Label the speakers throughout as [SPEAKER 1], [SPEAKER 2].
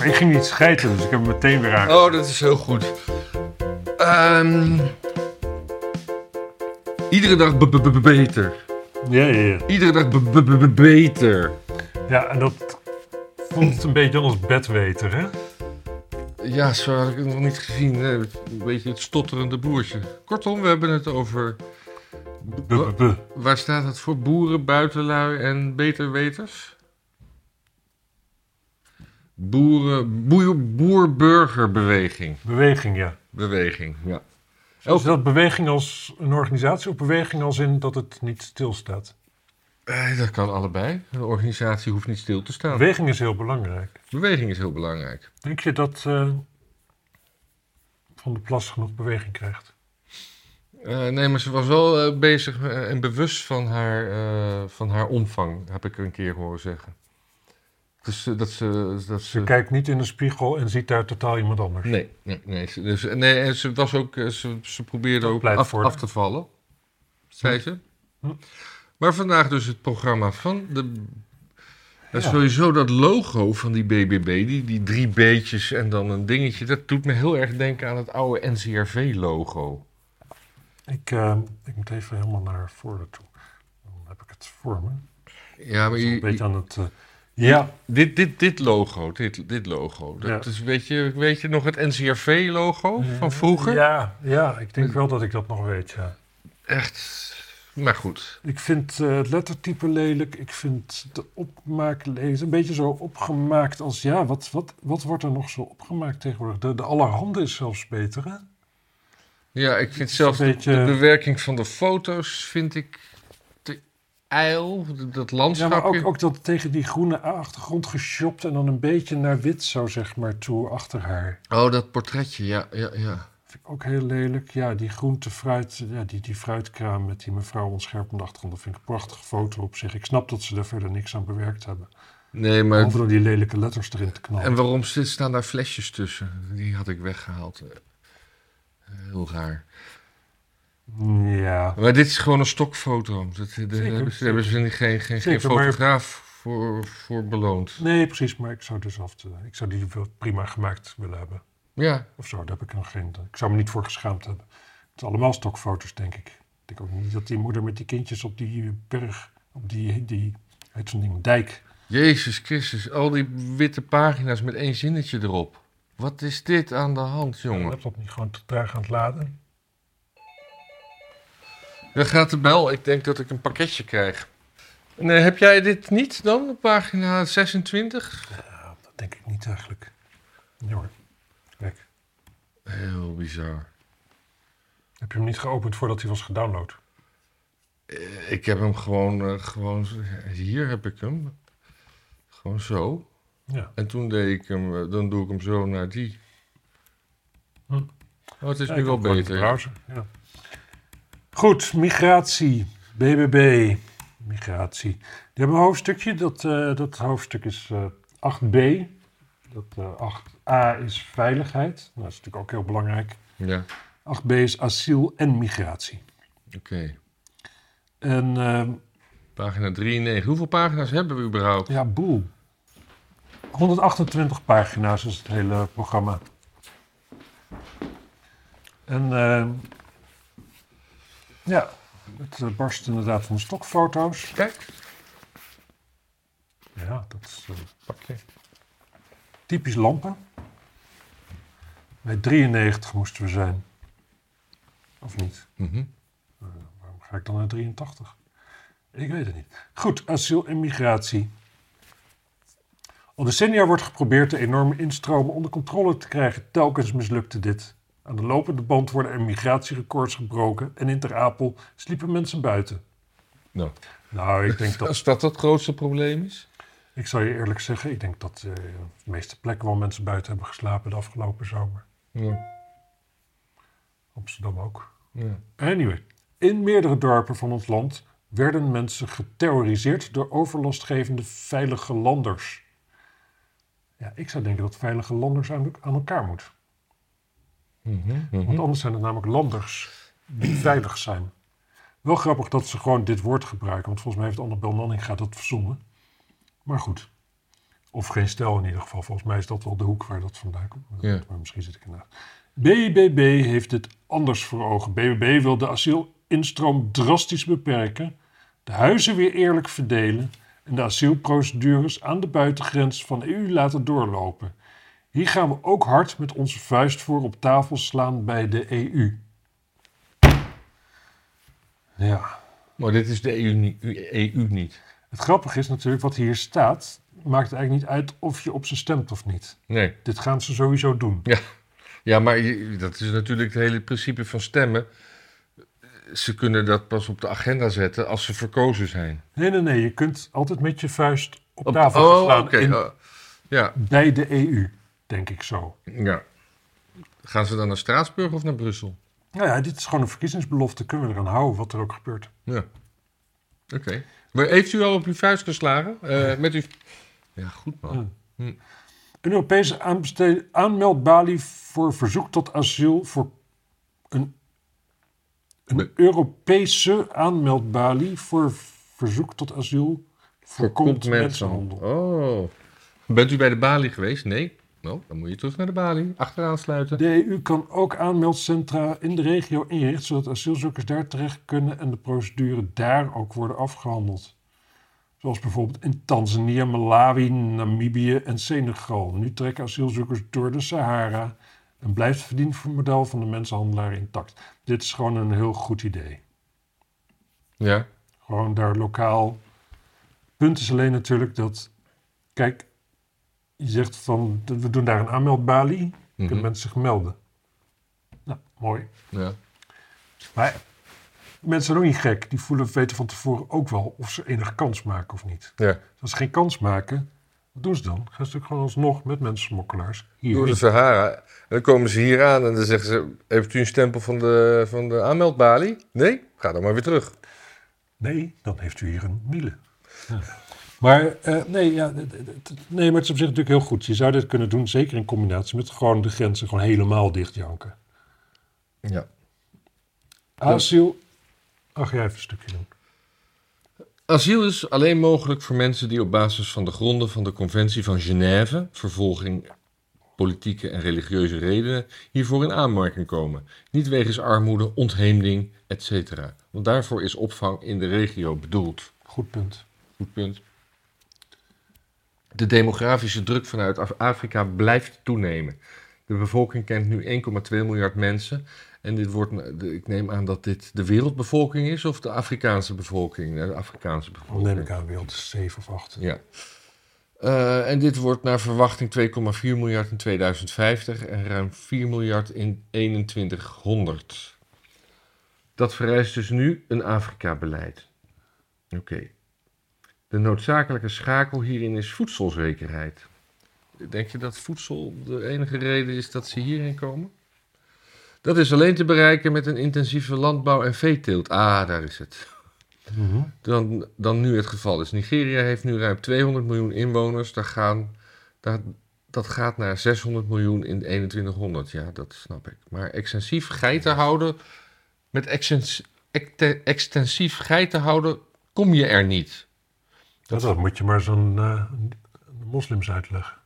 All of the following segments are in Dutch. [SPEAKER 1] ging niet scheten, dus ik heb hem meteen weer aan.
[SPEAKER 2] Oh, dat is heel goed. Ehm, iedere dag b- b- b- beter.
[SPEAKER 1] Ja, ja, ja.
[SPEAKER 2] Iedere dag b- b- b- beter.
[SPEAKER 1] Ja, en dat voelt een beetje als bedweter, hè?
[SPEAKER 2] Ja, zo had ik het nog niet gezien. Hè. Een beetje het stotterende boertje. Kortom, we hebben het over...
[SPEAKER 1] B -b -b.
[SPEAKER 2] Waar staat het voor? Boeren, buitenlui en beterweters? Boeren, boer, boerburgerbeweging.
[SPEAKER 1] Beweging, ja.
[SPEAKER 2] Beweging, ja. Oh.
[SPEAKER 1] Is dat beweging als een organisatie of beweging als in dat het niet stilstaat?
[SPEAKER 2] Eh, dat kan allebei. Een organisatie hoeft niet stil te staan.
[SPEAKER 1] Beweging is heel belangrijk.
[SPEAKER 2] Beweging is heel belangrijk.
[SPEAKER 1] Denk je dat eh, Van de Plas genoeg beweging krijgt?
[SPEAKER 2] Eh, nee, maar ze was wel eh, bezig eh, en bewust van haar, eh, van haar omvang, heb ik een keer horen zeggen. Dus eh, dat ze... Dat
[SPEAKER 1] Ze
[SPEAKER 2] ze
[SPEAKER 1] kijkt niet in de spiegel en ziet daar totaal iemand anders.
[SPEAKER 2] nee, nee, nee. Ze, dus, nee en ze, was ook, eh, ze, ze probeerde
[SPEAKER 1] Dat
[SPEAKER 2] ook
[SPEAKER 1] pleit
[SPEAKER 2] af,
[SPEAKER 1] voor
[SPEAKER 2] af
[SPEAKER 1] de-
[SPEAKER 2] te vallen, zei ze.
[SPEAKER 1] Hm.
[SPEAKER 2] Maar vandaag dus het programma van de...
[SPEAKER 1] Ja.
[SPEAKER 2] En Sowieso dat logo van die BBB, die, die drie B'tjes en dan een dingetje... dat doet me heel erg denken aan het oude NCRV-logo.
[SPEAKER 1] Ik, eh, ik moet even helemaal naar voren toe. Dan heb ik het voor me.
[SPEAKER 2] Ja, maar
[SPEAKER 1] Ik ben een
[SPEAKER 2] je,
[SPEAKER 1] beetje aan het... eh, ja,
[SPEAKER 2] Dit, dit, dit logo, dit, dit logo. Dat
[SPEAKER 1] Ja.
[SPEAKER 2] is, weet, je, weet je nog het NCRV-logo van vroeger?
[SPEAKER 1] ja, ja, ik denk wel dat ik dat nog weet, ja.
[SPEAKER 2] Echt, maar goed.
[SPEAKER 1] Ik vind eh, het lettertype lelijk. Ik vind de opmaak lelijk. Een beetje zo opgemaakt als... Ja, wat, wat, wat wordt er nog zo opgemaakt tegenwoordig? De, de allerhande is zelfs beter, hè?
[SPEAKER 2] Ja, ik vind zelfs
[SPEAKER 1] een beetje-
[SPEAKER 2] de bewerking van de foto's vind ik te ijl. D- Dat
[SPEAKER 1] Ja,
[SPEAKER 2] landschapje.
[SPEAKER 1] maar ook, ook dat tegen die groene achtergrond geshopt... en dan een beetje naar wit zo, zeg maar, toe achter haar.
[SPEAKER 2] Oh, dat portretje, ja, ja, ja.
[SPEAKER 1] Vind ik ook heel lelijk. Ja, die groente fruit... Ja, die, die fruitkraam met die mevrouw onscherp op de achtergrond. Dat vind ik een prachtige foto op zich. Ik snap dat ze daar verder niks aan bewerkt hebben.
[SPEAKER 2] Nee, maar...
[SPEAKER 1] Behalve door die lelijke letters erin te knallen.
[SPEAKER 2] En waarom st- staan daar flesjes tussen? Die had ik weggehaald. Eh, Heel raar.
[SPEAKER 1] Ja,
[SPEAKER 2] Maar dit is gewoon een stokfoto. Dat, dat
[SPEAKER 1] Zeker,
[SPEAKER 2] hebben ze, daar hebben ze geen, geen, geen
[SPEAKER 1] Zeker, maar-
[SPEAKER 2] fotograaf voor, voor beloond.
[SPEAKER 1] Nee, precies, maar ik zou dus af te, ik zou die wel prima gemaakt willen hebben.
[SPEAKER 2] Ja,
[SPEAKER 1] Of zo, daar heb ik nog geen. Ik zou me niet voor geschaamd hebben. Het zijn allemaal stokfoto's, denk ik. Ik denk ook niet dat die moeder met die kindjes op die berg, op die, die heet zo'n ding, dijk.
[SPEAKER 2] Jezus Christus, al die witte pagina's met één zinnetje erop. Wat is dit aan de hand,
[SPEAKER 1] Ik
[SPEAKER 2] jongen?
[SPEAKER 1] heb dat niet gewoon te traag aan het laden.
[SPEAKER 2] Daar gaat de bel. Ik denk dat ik een pakketje krijg. Nee, heb jij dit niet dan op pagina 26?
[SPEAKER 1] Nou, dat denk ik niet eigenlijk. Nee hoor. Kijk,
[SPEAKER 2] Heel bizar.
[SPEAKER 1] heb je hem niet geopend voordat hij was gedownload?
[SPEAKER 2] Eh, Ik heb hem gewoon, eh, gewoon... Hier heb ik hem. Gewoon zo.
[SPEAKER 1] Ja.
[SPEAKER 2] En toen deed ik hem... eh, Dan doe ik hem zo naar die.
[SPEAKER 1] Hm.
[SPEAKER 2] Oh, het is
[SPEAKER 1] Ja,
[SPEAKER 2] nu
[SPEAKER 1] ik
[SPEAKER 2] wel
[SPEAKER 1] heb gewoon de
[SPEAKER 2] beter.
[SPEAKER 1] browser, ja. Goed, migratie. BBB. Migratie. Die hebben een hoofdstukje. Dat, eh, dat hoofdstuk is eh, 8b. Dat, eh, 8a is veiligheid. Nou, dat is natuurlijk ook heel belangrijk.
[SPEAKER 2] Ja,
[SPEAKER 1] 8b is asiel en migratie.
[SPEAKER 2] oké.
[SPEAKER 1] En eh,
[SPEAKER 2] Pagina 93. Hoeveel pagina's hebben we überhaupt?
[SPEAKER 1] ja, boel. 128 pagina's is het hele programma. En eh, ja, het eh, barst inderdaad van de stokfoto's.
[SPEAKER 2] Kijk.
[SPEAKER 1] Ja, dat is eh,
[SPEAKER 2] Pak je.
[SPEAKER 1] typisch lampen. Bij 93 moesten we zijn. Of niet?
[SPEAKER 2] Mhm.
[SPEAKER 1] Waarom ga ik dan naar 83? Ik weet het niet. Goed, asiel en migratie. Al decennia wordt geprobeerd de enorme instromen onder controle te krijgen. Telkens mislukte dit. Aan de lopende band worden er migratierecords gebroken en in Ter Apel sliepen mensen buiten.
[SPEAKER 2] Nou.
[SPEAKER 1] Nou, ik denk dat
[SPEAKER 2] Als dat het grootste probleem is?
[SPEAKER 1] Ik zal je eerlijk zeggen, ik denk dat eh, op de meeste plekken waar mensen buiten hebben geslapen de afgelopen zomer.
[SPEAKER 2] Ja.
[SPEAKER 1] Amsterdam ook.
[SPEAKER 2] ja.
[SPEAKER 1] Anyway, in meerdere dorpen van ons land werden mensen geterroriseerd door overlastgevende veilige landers. Ja, ik zou denken dat veilige landers aan, aan elkaar moet.
[SPEAKER 2] Mhm,
[SPEAKER 1] Want anders zijn het namelijk landers die veilig zijn. Wel grappig dat ze gewoon dit woord gebruiken, want volgens mij heeft Anne Belmanning gaat dat verzonnen. Maar goed. Of geen stel in ieder geval. Volgens mij is dat wel de hoek waar dat vandaan komt. Maar,
[SPEAKER 2] Ja.
[SPEAKER 1] maar misschien zit ik ernaast. BBB heeft dit anders voor ogen. BBB wil de asielinstroom drastisch beperken, de huizen weer eerlijk verdelen en de asielprocedures aan de buitengrens van de EU laten doorlopen. Hier gaan we ook hard met onze vuist voor op tafel slaan bij de E EU. Ja.
[SPEAKER 2] Maar dit is de E EU, niet- EU niet.
[SPEAKER 1] Het grappige is natuurlijk, wat hier staat, maakt eigenlijk niet uit of je op ze stemt of niet.
[SPEAKER 2] Nee.
[SPEAKER 1] Dit gaan ze sowieso doen.
[SPEAKER 2] Ja, maar je- dat is natuurlijk het hele principe van stemmen. Ze kunnen dat pas op de agenda zetten als ze verkozen zijn.
[SPEAKER 1] Nee, nee, nee. Je kunt altijd met je vuist op,
[SPEAKER 2] Op-
[SPEAKER 1] tafel
[SPEAKER 2] oh,
[SPEAKER 1] slaan
[SPEAKER 2] oké,
[SPEAKER 1] in-
[SPEAKER 2] oh, ja,
[SPEAKER 1] bij de EU, denk ik zo.
[SPEAKER 2] ja. Gaan ze dan naar Straatsburg of naar Brussel?
[SPEAKER 1] Nou ja, dit is gewoon een verkiezingsbelofte. Kunnen we eraan houden, wat er ook gebeurt.
[SPEAKER 2] Ja. Oké. Maar heeft u al op uw vuist geslagen? Eh, Met uw... Ja, goed man.
[SPEAKER 1] Een Europese aanbeste- aanmeldbalie voor verzoek tot asiel voor een, een
[SPEAKER 2] Be-
[SPEAKER 1] Europese aanmeldbalie voor verzoek tot asiel voorkomt mensenhandel.
[SPEAKER 2] Oh. Bent u bij de balie geweest? Nee? Nou, dan moet je terug naar de balie. Achteraan sluiten.
[SPEAKER 1] De EU kan ook aanmeldcentra in de regio inrichten, zodat asielzoekers daar terecht kunnen en de procedure daar ook worden afgehandeld. Zoals bijvoorbeeld in Tanzania, Malawi, Namibië en Senegal. Nu trekken asielzoekers door de Sahara en blijft het verdienmodel van de mensenhandelaar intact. Dit is gewoon een heel goed idee.
[SPEAKER 2] Ja.
[SPEAKER 1] Gewoon daar lokaal. Punt is alleen natuurlijk dat, kijk, je zegt van we doen daar een aanmeldbalie, kunnen
[SPEAKER 2] Mhm.
[SPEAKER 1] mensen zich melden. Nou, mooi.
[SPEAKER 2] ja.
[SPEAKER 1] Maar mensen zijn ook niet gek. Die voelen, weten van tevoren ook wel of ze enige kans maken of niet.
[SPEAKER 2] ja.
[SPEAKER 1] Dus als ze geen kans maken, wat doen ze dan? Gaan ze natuurlijk gewoon alsnog met mensensmokkelaars hier.
[SPEAKER 2] Door de Sahara. En dan komen ze hier aan en dan zeggen ze... Heeft u een stempel van de, van de aanmeldbalie? Nee? Ga dan maar weer terug.
[SPEAKER 1] Nee, dan heeft u hier een miele. Ja. Maar, eh, nee, ja, d- d- d- nee, maar het is op zich natuurlijk heel goed. Je zou dit kunnen doen, zeker in combinatie met gewoon de grenzen gewoon helemaal dichtjanken.
[SPEAKER 2] Ja.
[SPEAKER 1] Asiel. Ach, jij even een stukje doen.
[SPEAKER 2] Asiel is alleen mogelijk voor mensen die op basis van de gronden van de Conventie van Genève, vervolging politieke en religieuze redenen, hiervoor in aanmerking komen. Niet wegens armoede, ontheemding, etc. Want daarvoor is opvang in de regio bedoeld.
[SPEAKER 1] Goed punt.
[SPEAKER 2] Goed punt. De demografische druk vanuit Af- Afrika blijft toenemen. De bevolking kent nu 1,2 miljard mensen. En dit wordt, ik neem aan dat dit de wereldbevolking is of de Afrikaanse bevolking. De Afrikaanse
[SPEAKER 1] Dan
[SPEAKER 2] bevolking.
[SPEAKER 1] neem ik aan wereld 7 of 8.
[SPEAKER 2] Ja. Eh, en dit wordt naar verwachting 2,4 miljard in 2050 en ruim 4 miljard in 2100. Dat vereist dus nu een Afrika-beleid. Oké. De noodzakelijke schakel hierin is voedselzekerheid. Denk je dat voedsel de enige reden is dat ze hierin komen? Dat is alleen te bereiken met een intensieve landbouw- en veeteelt. Ah, daar is het dan, dan nu het geval is. Nigeria heeft nu ruim 200 miljoen inwoners. Daar gaan, daar, dat gaat naar 600 miljoen in 2100. Ja, dat snap ik. Maar extensief geiten houden... Met extens- ecte- extensief geiten houden kom je er niet.
[SPEAKER 1] Dat, dat moet je maar zo'n eh, moslims uitleggen.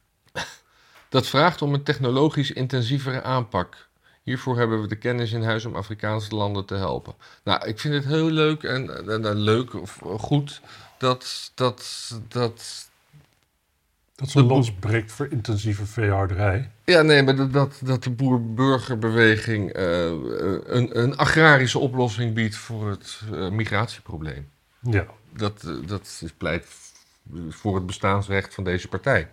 [SPEAKER 2] Dat vraagt om een technologisch intensievere aanpak. Hiervoor hebben we de kennis in huis om Afrikaanse landen te helpen. Nou, ik vind het heel leuk en, en- en leuk of goed dat, dat, dat,
[SPEAKER 1] Dat zo'n
[SPEAKER 2] De bo-
[SPEAKER 1] lans breekt voor intensieve veehouderij.
[SPEAKER 2] Ja, nee, maar dat, dat, dat de boer-burgerbeweging eh, een, een agrarische oplossing biedt voor het eh, migratieprobleem.
[SPEAKER 1] Ja.
[SPEAKER 2] Dat, eh, dat is pleit voor het bestaansrecht van deze partij.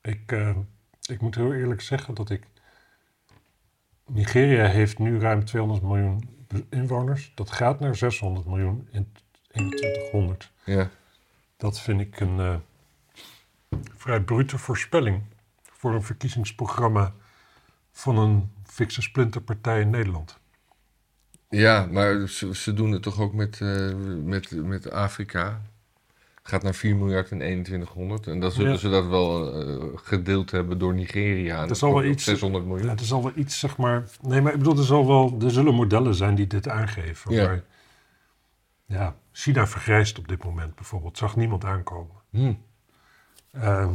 [SPEAKER 1] Ik, eh, ik moet heel eerlijk zeggen dat ik... Nigeria heeft nu ruim 200 miljoen be- inwoners. Dat gaat naar 600 miljoen in 2100.
[SPEAKER 2] Ja.
[SPEAKER 1] Dat vind ik een eh, vrij brute voorspelling voor een verkiezingsprogramma van een fikse splinterpartij in Nederland.
[SPEAKER 2] ja, maar ze, ze doen het toch ook met, eh, met, met Afrika. Het gaat naar 4 miljard in 2100. En dan zullen
[SPEAKER 1] Ja.
[SPEAKER 2] ze dat wel eh, gedeeld hebben door Nigeria. En
[SPEAKER 1] Dat zal wel
[SPEAKER 2] komt op
[SPEAKER 1] iets-
[SPEAKER 2] 600 miljoen.
[SPEAKER 1] Ja, er zal wel iets, zeg maar... Nee, maar ik bedoel, er, zal wel, er zullen modellen zijn die dit aangeven.
[SPEAKER 2] Ja.
[SPEAKER 1] Maar, ja, China vergrijst op dit moment bijvoorbeeld. Zag niemand aankomen.
[SPEAKER 2] Hm.
[SPEAKER 1] Ehm,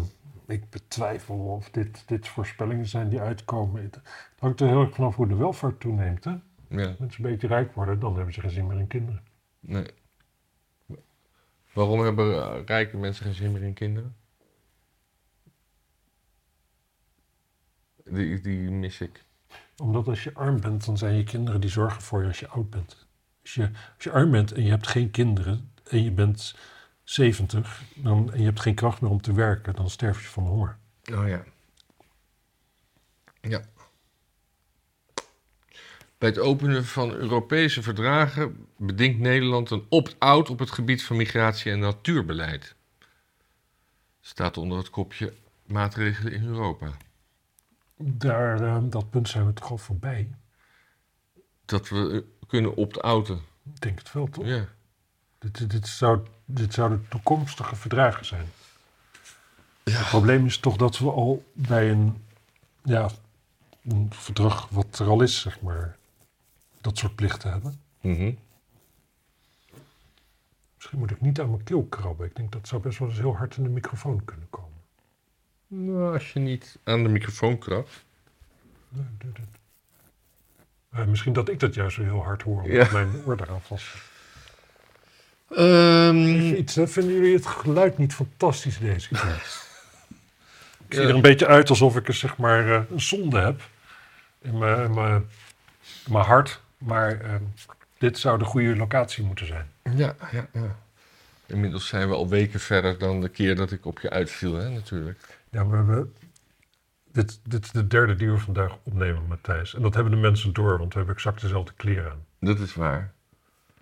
[SPEAKER 1] ik betwijfel of dit, dit voorspellingen zijn die uitkomen. Het hangt er heel erg vanaf hoe de welvaart toeneemt. Hè? Als
[SPEAKER 2] Ja,
[SPEAKER 1] mensen een beetje rijk worden, dan hebben ze geen zin meer in kinderen.
[SPEAKER 2] nee. Waarom hebben eh, rijke mensen geen zin meer in kinderen? Die, die mis ik.
[SPEAKER 1] Omdat als je arm bent, dan zijn je kinderen die zorgen voor je als je oud bent. Als je, als je arm bent en je hebt geen kinderen en je bent 70 dan, en je hebt geen kracht meer om te werken, dan sterf je van honger.
[SPEAKER 2] Oh ja. Ja. Bij het openen van Europese verdragen bedingt Nederland een opt-out op het gebied van migratie en natuurbeleid. Staat onder het kopje maatregelen in Europa.
[SPEAKER 1] Daar, eh, dat punt zijn we toch al voorbij?
[SPEAKER 2] Dat we eh, kunnen opt-outen.
[SPEAKER 1] Ik denk het wel, toch?
[SPEAKER 2] Ja.
[SPEAKER 1] Dit, dit, zou, dit zouden toekomstige verdragen zijn. Het probleem is toch dat we al bij een, ja, een verdrag wat er al is, zeg maar, dat soort plichten hebben.
[SPEAKER 2] Mhm.
[SPEAKER 1] Misschien moet ik niet aan mijn keel krabben. Ik denk dat zou best wel eens heel hard in de microfoon kunnen komen.
[SPEAKER 2] Nou, als je niet aan de microfoon krabt.
[SPEAKER 1] Nee, doe dit. Eh, misschien dat ik dat juist zo heel hard hoor, omdat
[SPEAKER 2] Ja.
[SPEAKER 1] mijn oor eraan vast zit.
[SPEAKER 2] Ehm,
[SPEAKER 1] Iets, hè? Vinden jullie het geluid niet fantastisch deze keer? ik zie er een beetje uit alsof ik er, zeg maar, eh, een zonde heb in mijn, in mijn, in mijn hart. Maar eh, dit zou de goede locatie moeten zijn.
[SPEAKER 2] ja, ja, ja. Inmiddels zijn we al weken verder dan de keer dat ik op je uitviel, hè, natuurlijk.
[SPEAKER 1] Ja, maar we, dit, dit is de derde die we vandaag opnemen, Matthijs. En dat hebben de mensen door, want we hebben exact dezelfde kleren aan.
[SPEAKER 2] Dat is waar.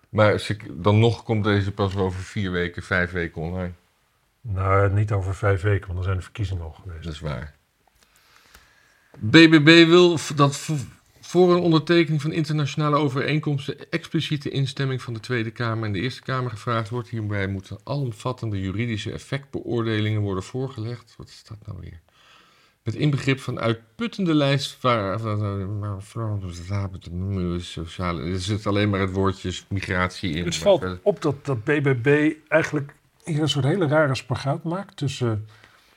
[SPEAKER 2] Maar als ik- dan nog komt deze pas wel over vier weken, vijf weken online.
[SPEAKER 1] Nou, niet over vijf weken, want dan zijn de verkiezingen al geweest.
[SPEAKER 2] Dat is waar. BBB wil v- dat v- voor een ondertekening van internationale overeenkomsten expliciete instemming van de Tweede Kamer en de Eerste Kamer gevraagd wordt. Hierbij moeten alomvattende juridische effectbeoordelingen worden voorgelegd. Wat is dat nou weer? Met inbegrip van uitputtende lijst waar waar- sociale. Er zit alleen maar het woordje migratie in.
[SPEAKER 1] Het
[SPEAKER 2] maar
[SPEAKER 1] Dus valt
[SPEAKER 2] verder-
[SPEAKER 1] op dat, dat BBB eigenlijk hier een soort hele rare spagaat maakt tussen eh,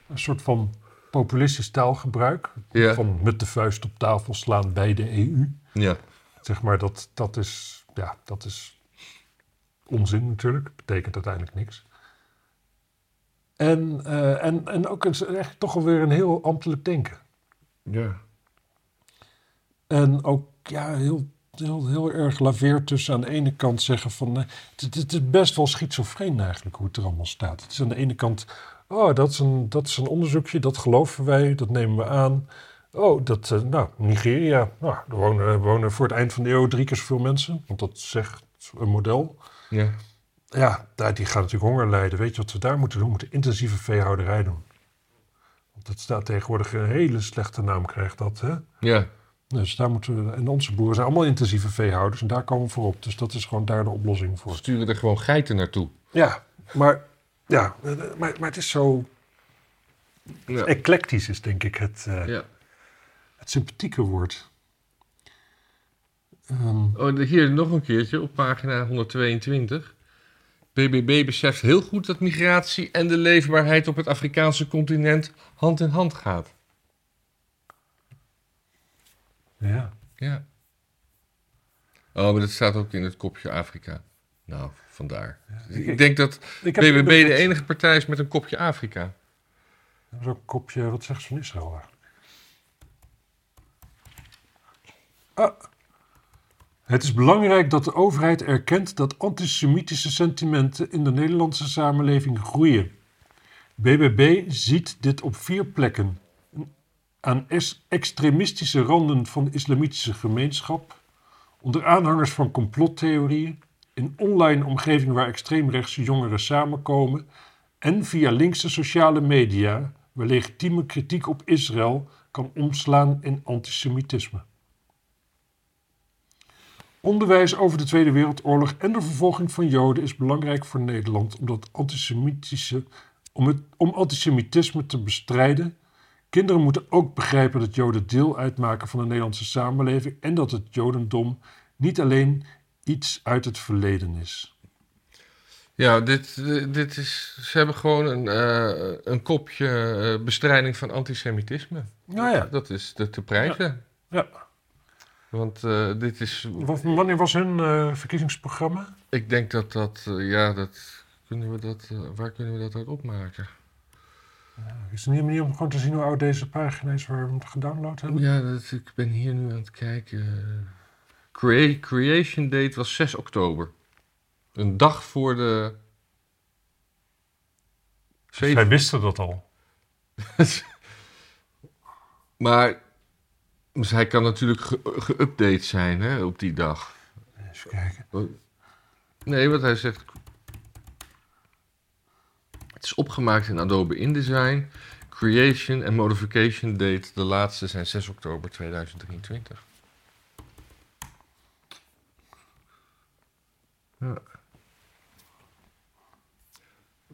[SPEAKER 1] een soort van populistisch taalgebruik,
[SPEAKER 2] Ja.
[SPEAKER 1] van met de vuist op tafel slaan bij de EU.
[SPEAKER 2] Ja.
[SPEAKER 1] Zeg maar, dat, dat, is, ja, dat is onzin natuurlijk, betekent uiteindelijk niks. En, eh, en, en ook een, echt toch alweer een heel ambtelijk denken.
[SPEAKER 2] ja.
[SPEAKER 1] En ook ja, heel, heel, heel erg laveer tussen aan de ene kant zeggen van... eh, Het, het is best wel schizofreen eigenlijk hoe het er allemaal staat. Het is aan de ene kant, oh, dat is een, dat is een onderzoekje, dat geloven wij, dat nemen we aan. Oh, dat, eh, nou, Nigeria, nou, er wonen, er wonen voor het eind van de eeuw drie keer zoveel mensen. Want dat zegt een model.
[SPEAKER 2] ja.
[SPEAKER 1] Ja, daar, die gaan natuurlijk honger lijden. Weet je wat we daar moeten doen? We moeten intensieve veehouderij doen. Want dat staat tegenwoordig een hele slechte naam, krijgt dat, hè?
[SPEAKER 2] ja.
[SPEAKER 1] Dus daar moeten we, en onze boeren zijn allemaal intensieve veehouders en daar komen we voor op. Dus dat is gewoon daar de oplossing
[SPEAKER 2] We
[SPEAKER 1] voor.
[SPEAKER 2] sturen er gewoon geiten naartoe.
[SPEAKER 1] Ja, maar, ja, eh, eh, maar, maar het is zo
[SPEAKER 2] Ja.
[SPEAKER 1] eclectisch, is denk ik het, eh,
[SPEAKER 2] ja.
[SPEAKER 1] het sympathieke woord. Ehm,
[SPEAKER 2] Oh, de- hier nog een keertje op pagina 122. BBB beseft heel goed dat migratie en de leefbaarheid op het Afrikaanse continent hand in hand gaat.
[SPEAKER 1] ja.
[SPEAKER 2] Ja. Oh, maar dat staat ook in het kopje Afrika. Nou, vandaar.
[SPEAKER 1] ik-
[SPEAKER 2] ik denk dat
[SPEAKER 1] Ik heb
[SPEAKER 2] BBB de enige partij is met een kopje Afrika.
[SPEAKER 1] Zo'n kopje, wat zegt ze van Israël eigenlijk? Ah. Het is belangrijk dat de overheid erkent dat antisemitische sentimenten in de Nederlandse samenleving groeien. BBB ziet dit op vier plekken. Aan es- extremistische randen van de islamitische gemeenschap, onder aanhangers van complottheorieën, in online omgeving waar extreemrechtse jongeren samenkomen en via linkse sociale media, waar legitieme kritiek op Israël kan omslaan in antisemitisme. Onderwijs over de Tweede Wereldoorlog en de vervolging van Joden is belangrijk voor Nederland omdat antisemitische, om, het, om antisemitisme te bestrijden. Kinderen moeten ook begrijpen dat Joden deel uitmaken van de Nederlandse samenleving en dat het Jodendom niet alleen iets uit het verleden is.
[SPEAKER 2] Ja, dit, dit is, ze hebben gewoon een, eh, een kopje eh, bestrijding van antisemitisme.
[SPEAKER 1] Nou ja.
[SPEAKER 2] Dat is de te prijzen.
[SPEAKER 1] Ja.
[SPEAKER 2] Want eh, dit is,
[SPEAKER 1] Wat- Wanneer was hun eh, verkiezingsprogramma?
[SPEAKER 2] ik denk dat dat, eh, ja, dat kunnen we dat, eh, waar kunnen we dat uit opmaken?
[SPEAKER 1] Is er niet een manier om gewoon te zien hoe oud deze pagina is waar we hem gedownload hebben?
[SPEAKER 2] Oh, Ja, dat, ik ben hier nu aan het kijken. Crea- creation date was 6 oktober. Een dag voor de...
[SPEAKER 1] Zij
[SPEAKER 2] zeven-
[SPEAKER 1] wisten dat al.
[SPEAKER 2] Maar dus hij kan natuurlijk ge- geüpdate zijn hè, op die dag.
[SPEAKER 1] Even kijken.
[SPEAKER 2] Nee, wat hij zegt. Het is opgemaakt in Adobe InDesign. Creation en modification date, de laatste zijn 6 oktober 2023. Ja.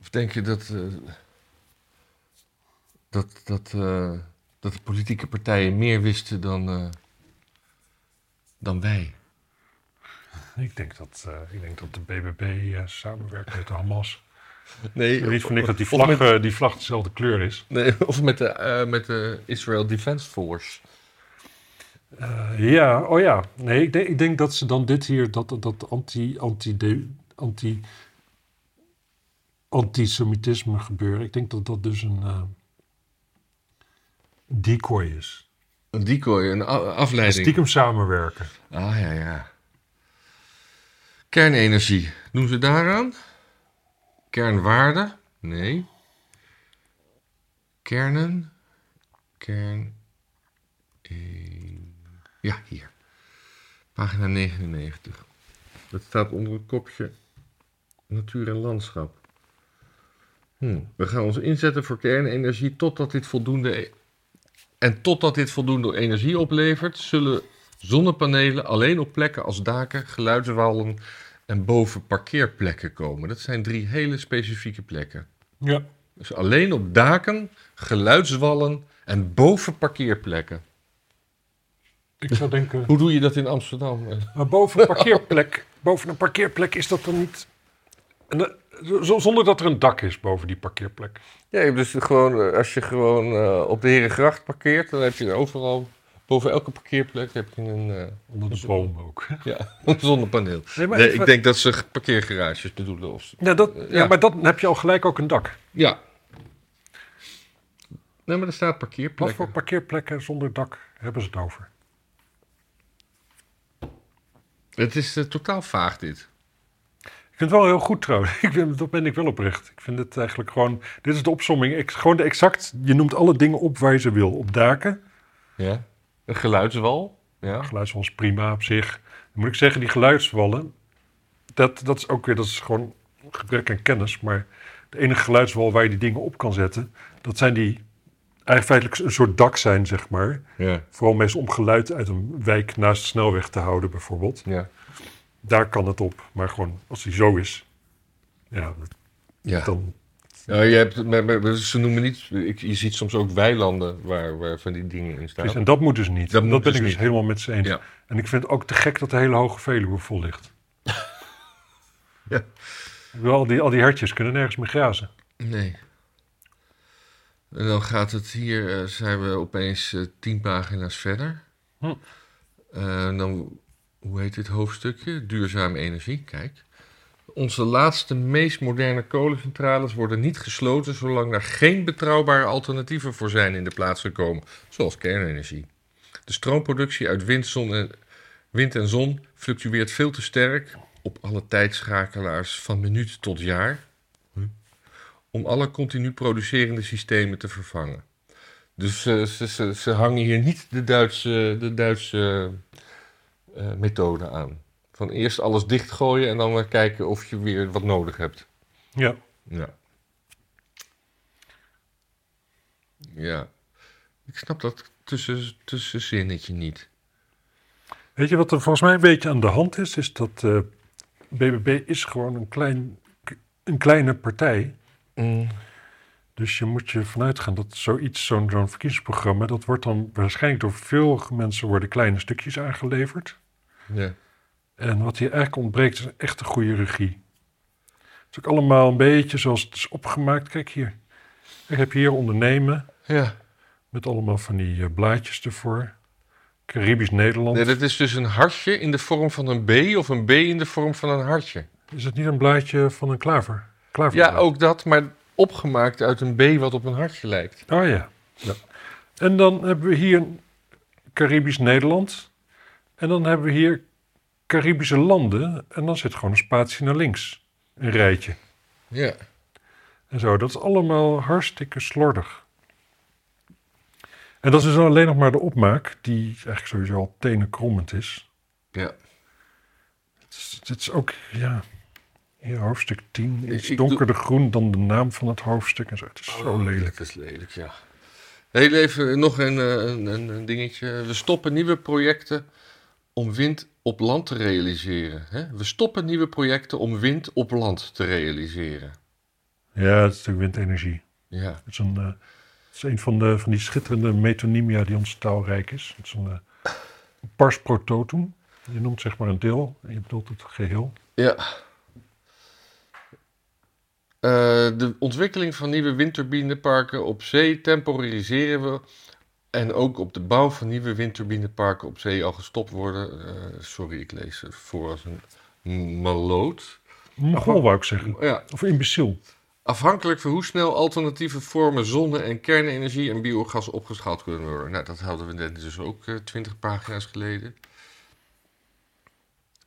[SPEAKER 2] Of denk je dat. eh, dat, dat, eh, dat de politieke partijen meer wisten dan. eh, dan wij?
[SPEAKER 1] Ik denk dat, eh, ik denk dat de BBB eh, samenwerkt met de Hamas.
[SPEAKER 2] Nee,
[SPEAKER 1] Niet van ik dat die
[SPEAKER 2] of
[SPEAKER 1] vlag,
[SPEAKER 2] met-
[SPEAKER 1] eh, die vlag dezelfde kleur is.
[SPEAKER 2] Nee, of met de, eh, met de Israel Defense Force.
[SPEAKER 1] Eh, ja, oh ja. Nee, ik denk, ik denk dat ze dan dit hier, dat, dat anti, anti, de- anti, antisemitisme gebeuren. Ik denk dat dat dus een eh, decoy is.
[SPEAKER 2] Een decoy, een a- afleiding.
[SPEAKER 1] Stiekem samenwerken.
[SPEAKER 2] Ah ja, ja. Kernenergie, doen ze daaraan? Kernwaarde? Nee. Kernen? Kern. een- Ja, hier. Pagina 99. Dat staat onder het kopje Natuur en Landschap. Hm, We gaan ons inzetten voor kernenergie totdat dit voldoende e- en totdat dit voldoende energie oplevert, zullen zonnepanelen alleen op plekken als daken, geluidswallen en boven parkeerplekken komen. Dat zijn drie hele specifieke plekken.
[SPEAKER 1] Ja.
[SPEAKER 2] Dus alleen op daken, geluidswallen en boven parkeerplekken.
[SPEAKER 1] Ik zou denken,
[SPEAKER 2] Hoe doe je dat in Amsterdam?
[SPEAKER 1] maar boven een parkeerplek, boven een parkeerplek is dat dan niet... En, eh, z- zonder dat er een dak is boven die parkeerplek.
[SPEAKER 2] Ja, je hebt dus gewoon, eh, als je gewoon eh, op de Herengracht parkeert, dan heb je overal, boven elke parkeerplek, heb je een, eh,
[SPEAKER 1] Onder de boom ook.
[SPEAKER 2] ja, een zonnepaneel.
[SPEAKER 1] Nee, maar
[SPEAKER 2] Nee,
[SPEAKER 1] even-
[SPEAKER 2] ik denk dat ze parkeergarages bedoelen. Of,
[SPEAKER 1] Ja, dat, ja,
[SPEAKER 2] Ja.
[SPEAKER 1] maar dan heb je al gelijk ook een dak.
[SPEAKER 2] Ja. Nee, maar er staat
[SPEAKER 1] Wat
[SPEAKER 2] parkeerplek.
[SPEAKER 1] voor parkeerplekken zonder dak hebben ze het over?
[SPEAKER 2] Het is eh, totaal vaag dit.
[SPEAKER 1] Ik vind het wel heel goed trouwens. Ik ben, dat ben ik wel oprecht. Ik vind het eigenlijk gewoon... Dit is de opsomming. Ik, gewoon de exact... Je noemt alle dingen op waar je ze wil. Op daken.
[SPEAKER 2] Ja. Een geluidswal. Ja.
[SPEAKER 1] Geluidswal is prima op zich. Dan moet ik zeggen, die geluidswallen... Dat, dat is ook weer... Dat is gewoon gebrek aan kennis. Maar de enige geluidswal waar je die dingen op kan zetten... Dat zijn die... Eigenlijk feitelijk een soort dak zijn, zeg maar.
[SPEAKER 2] Ja.
[SPEAKER 1] Vooral meestal om geluid uit een wijk naast de snelweg te houden, bijvoorbeeld.
[SPEAKER 2] Ja.
[SPEAKER 1] Daar kan het op. Maar gewoon, als die zo is... Ja,
[SPEAKER 2] ja.
[SPEAKER 1] dan...
[SPEAKER 2] Ja, je hebt, maar, maar- maar ze noemen niet, ik, je ziet soms ook weilanden waar, waar van die dingen in
[SPEAKER 1] Precies,
[SPEAKER 2] staan.
[SPEAKER 1] en dat moet dus niet. Dat,
[SPEAKER 2] Dat
[SPEAKER 1] ben
[SPEAKER 2] moet dus
[SPEAKER 1] ik dus
[SPEAKER 2] niet.
[SPEAKER 1] helemaal met ze eens.
[SPEAKER 2] Ja.
[SPEAKER 1] En ik vind het ook te gek dat de hele Hoge Veluwe vol ligt.
[SPEAKER 2] Ja.
[SPEAKER 1] Ik bedoel, al, die, al die hertjes kunnen nergens meer grazen.
[SPEAKER 2] Nee. En dan gaat het hier, eh, zijn we opeens eh, tien pagina's verder.
[SPEAKER 1] Hm.
[SPEAKER 2] Eh, en dan, hoe heet dit hoofdstukje? Duurzame energie, kijk. Onze laatste, meest moderne kolencentrales worden niet gesloten zolang er geen betrouwbare alternatieven voor zijn in de plaats gekomen, zoals kernenergie. De stroomproductie uit wind, zon en, wind en zon fluctueert veel te sterk op alle tijdschakelaars van minuut tot jaar om alle continu producerende systemen te vervangen. Dus eh, ze, ze, ze hangen hier niet de Duitse, de Duitse eh, methode aan. Van eerst alles dichtgooien en dan maar kijken of je weer wat nodig hebt.
[SPEAKER 1] Ja.
[SPEAKER 2] Ja. Ja. Ik snap dat tussen, tussenzinnetje niet.
[SPEAKER 1] Weet je wat er volgens mij een beetje aan de hand is? Is dat eh, BBB is gewoon een, klein, een kleine partij. Dus je moet je vanuit gaan dat zoiets, zo'n zo'n verkiezingsprogramma... dat wordt dan waarschijnlijk door veel mensen worden kleine stukjes aangeleverd.
[SPEAKER 2] Ja.
[SPEAKER 1] En wat hier eigenlijk ontbreekt is echt een goede regie. Het is ook allemaal een beetje zoals het is opgemaakt. Kijk hier. Ik heb je hier ondernemen
[SPEAKER 2] Ja.
[SPEAKER 1] met allemaal van die eh, blaadjes ervoor. Caribisch Nederland.
[SPEAKER 2] Nee, dat is dus een hartje in de vorm van een B of een B in de vorm van een hartje.
[SPEAKER 1] Is het niet een blaadje van een klaver?
[SPEAKER 2] Ja,
[SPEAKER 1] Klaverblad.
[SPEAKER 2] ook dat, maar opgemaakt uit een B wat op een hartje lijkt.
[SPEAKER 1] Oh ja. ja. En dan hebben we hier Caribisch Nederland. En dan hebben we hier Caribische landen. En dan zit gewoon een spatie naar links. Een rijtje.
[SPEAKER 2] Ja.
[SPEAKER 1] En zo. Dat is allemaal hartstikke slordig. En dat is dus alleen nog maar de opmaak, die eigenlijk sowieso al tenenkrommend is.
[SPEAKER 2] ja.
[SPEAKER 1] Het is, het is ook, ja, hier hoofdstuk 10 is
[SPEAKER 2] Ik doe- Oh.
[SPEAKER 1] donkerder groen dan de naam van het hoofdstuk. En zo. Het is zo lelijk.
[SPEAKER 2] Dat is lelijk, ja. Heel even nog een, eh, een, een, een dingetje. We stoppen nieuwe projecten om wind op land te realiseren. Hè? We stoppen nieuwe projecten om wind op land te realiseren.
[SPEAKER 1] Ja, het is natuurlijk windenergie.
[SPEAKER 2] Ja.
[SPEAKER 1] Het is een, eh, het is een van, de, van die schitterende metonymia die ons taalrijk is. Het is een eh, pars pro totum. Je noemt zeg maar een deel en je bedoelt het geheel.
[SPEAKER 2] Ja. Eh, de ontwikkeling van nieuwe windturbineparken op zee temporiseren we. En ook op de bouw van nieuwe windturbineparken op zee al gestopt worden. Eh, sorry, ik lees het voor als een maloot.
[SPEAKER 1] Mogol wou ik zeggen.
[SPEAKER 2] Ja,
[SPEAKER 1] Of imbeciel.
[SPEAKER 2] afhankelijk van hoe snel alternatieve vormen zonne- en kernenergie en biogas opgeschaald kunnen worden. Nou, dat hadden we net dus ook twintig pagina's geleden.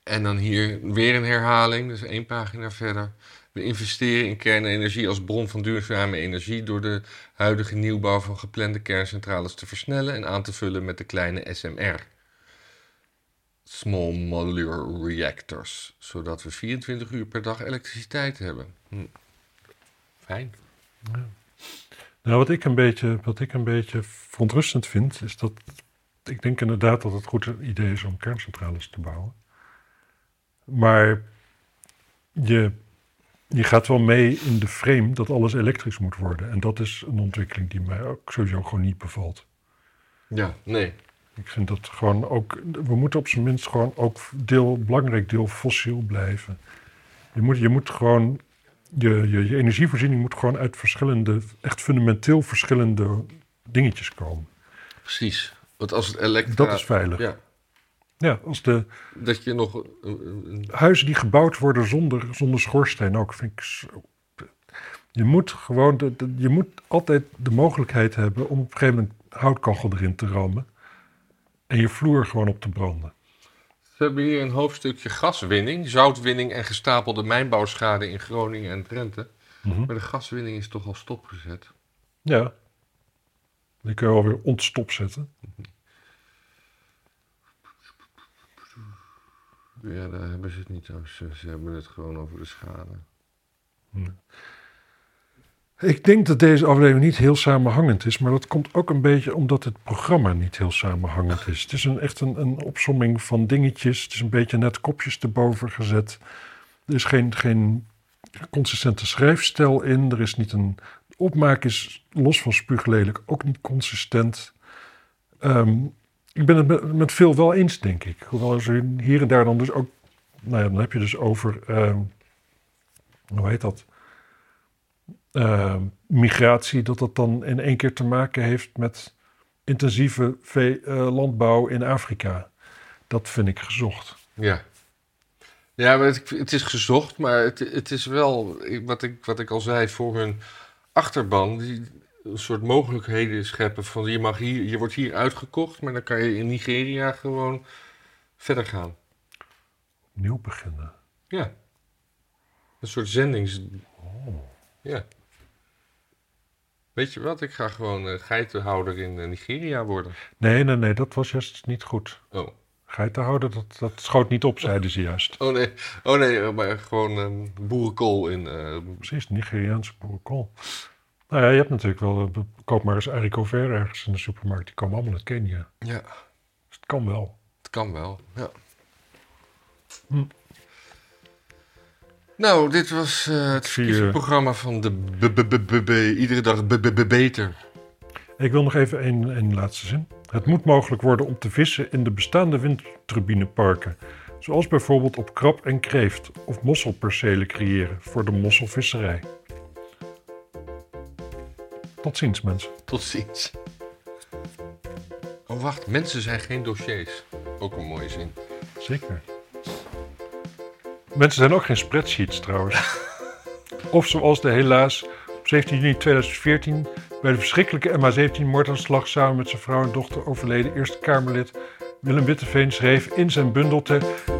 [SPEAKER 2] En dan hier weer een herhaling, dus één pagina verder. We investeren in kernenergie als bron van duurzame energie door de huidige nieuwbouw van geplande kerncentrales te versnellen en aan te vullen met de kleine SMR. Small Modular Reactors, zodat we 24 uur per dag elektriciteit hebben. Hm. Fijn.
[SPEAKER 1] Nou, wat ik, een beetje, wat ik een beetje verontrustend vind, is dat... Ik denk inderdaad dat het goed een idee is om kerncentrales te bouwen. Maar je, je gaat wel mee in de frame dat alles elektrisch moet worden. En dat is een ontwikkeling die mij ook sowieso gewoon niet bevalt.
[SPEAKER 2] Ja, nee.
[SPEAKER 1] Ik vind dat gewoon ook, we moeten op zijn minst gewoon ook deel, belangrijk deel fossiel blijven. Je moet, je moet gewoon, je, je, je energievoorziening moet gewoon uit verschillende, echt fundamenteel verschillende dingetjes komen.
[SPEAKER 2] Precies. Want als het elektra...
[SPEAKER 1] Dat is veilig. Ja.
[SPEAKER 2] Ja,
[SPEAKER 1] als de
[SPEAKER 2] dat je nog... een- een- een-
[SPEAKER 1] huizen die gebouwd worden zonder, zonder schoorsteen ook, vind ik zo... Je moet gewoon, de, de- je moet altijd de mogelijkheid hebben om op een gegeven moment een houtkachel erin te rammen. En je vloer gewoon op te branden.
[SPEAKER 2] Ze hebben hier een hoofdstukje gaswinning, zoutwinning en gestapelde mijnbouwschade in Groningen en Drenthe.
[SPEAKER 1] Mhm.
[SPEAKER 2] Maar de gaswinning is toch al stopgezet.
[SPEAKER 1] Ja. Die kun je alweer ontstop zetten.
[SPEAKER 2] Ja, daar hebben ze het niet over. Ze, ze hebben het gewoon over de schade.
[SPEAKER 1] Ik denk dat deze aflevering niet heel samenhangend is, maar dat komt ook een beetje omdat het programma niet heel samenhangend is. Het is een, echt een, een opsomming van dingetjes. Het is een beetje net kopjes erboven gezet. Er is geen, geen consistente schrijfstijl in. Er is niet een. de opmaak is los van spuuglelijk ook niet consistent. Ehm, ik ben het met, met veel wel eens, denk ik. Hoewel er hier en daar dan dus ook. Nou ja, dan heb je dus over. ehm, hoe heet dat? eh, migratie, dat dat dan in één keer te maken heeft met intensieve vee- eh, landbouw in Afrika. Dat vind ik gezocht.
[SPEAKER 2] Ja. Ja, maar het, het is gezocht, maar het, het is wel, ik- wat ik, wat ik al zei, voor hun achterban, die een soort mogelijkheden scheppen van je, mag hier, je wordt hier uitgekocht, maar dan kan je in Nigeria gewoon verder gaan.
[SPEAKER 1] Opnieuw beginnen.
[SPEAKER 2] Ja. Een soort zendings... Ja. Weet je wat, ik ga gewoon eh, geitenhouder in eh, Nigeria worden.
[SPEAKER 1] Nee, nee, nee, dat was juist niet goed.
[SPEAKER 2] Oh.
[SPEAKER 1] Geitenhouder, dat, dat schoot niet op, zeiden ze juist.
[SPEAKER 2] Oh nee, oh nee, eh, maar gewoon eh, boerenkool in. eh,
[SPEAKER 1] Precies, Nigeriaanse boerenkool. Nou ja, je hebt natuurlijk wel, eh, koop maar eens Arico Ver ergens in de supermarkt. Die komen allemaal uit Kenia.
[SPEAKER 2] ja,
[SPEAKER 1] Dus het kan wel.
[SPEAKER 2] het kan wel. Ja.
[SPEAKER 1] Hm.
[SPEAKER 2] Nou, dit was eh, het
[SPEAKER 1] zie, eh,
[SPEAKER 2] programma van de BBBB. Iedere dag BBB beter.
[SPEAKER 1] Ik wil nog even één, één laatste zin. Het moet mogelijk worden om te vissen in de bestaande windturbineparken. Zoals bijvoorbeeld op krab en kreeft of mosselpercelen creëren voor de mosselvisserij. Tot ziens mensen.
[SPEAKER 2] Tot ziens. Oh, wacht. Mensen zijn geen dossiers. Ook een mooie zin.
[SPEAKER 1] Zeker. Mensen zijn ook geen spreadsheets trouwens. Of zoals de helaas op 17 juni 2014 bij de verschrikkelijke MH17-moordaanslag samen met zijn vrouw en dochter overleden Eerste Kamerlid Willem Witteveen schreef in zijn bundelte nou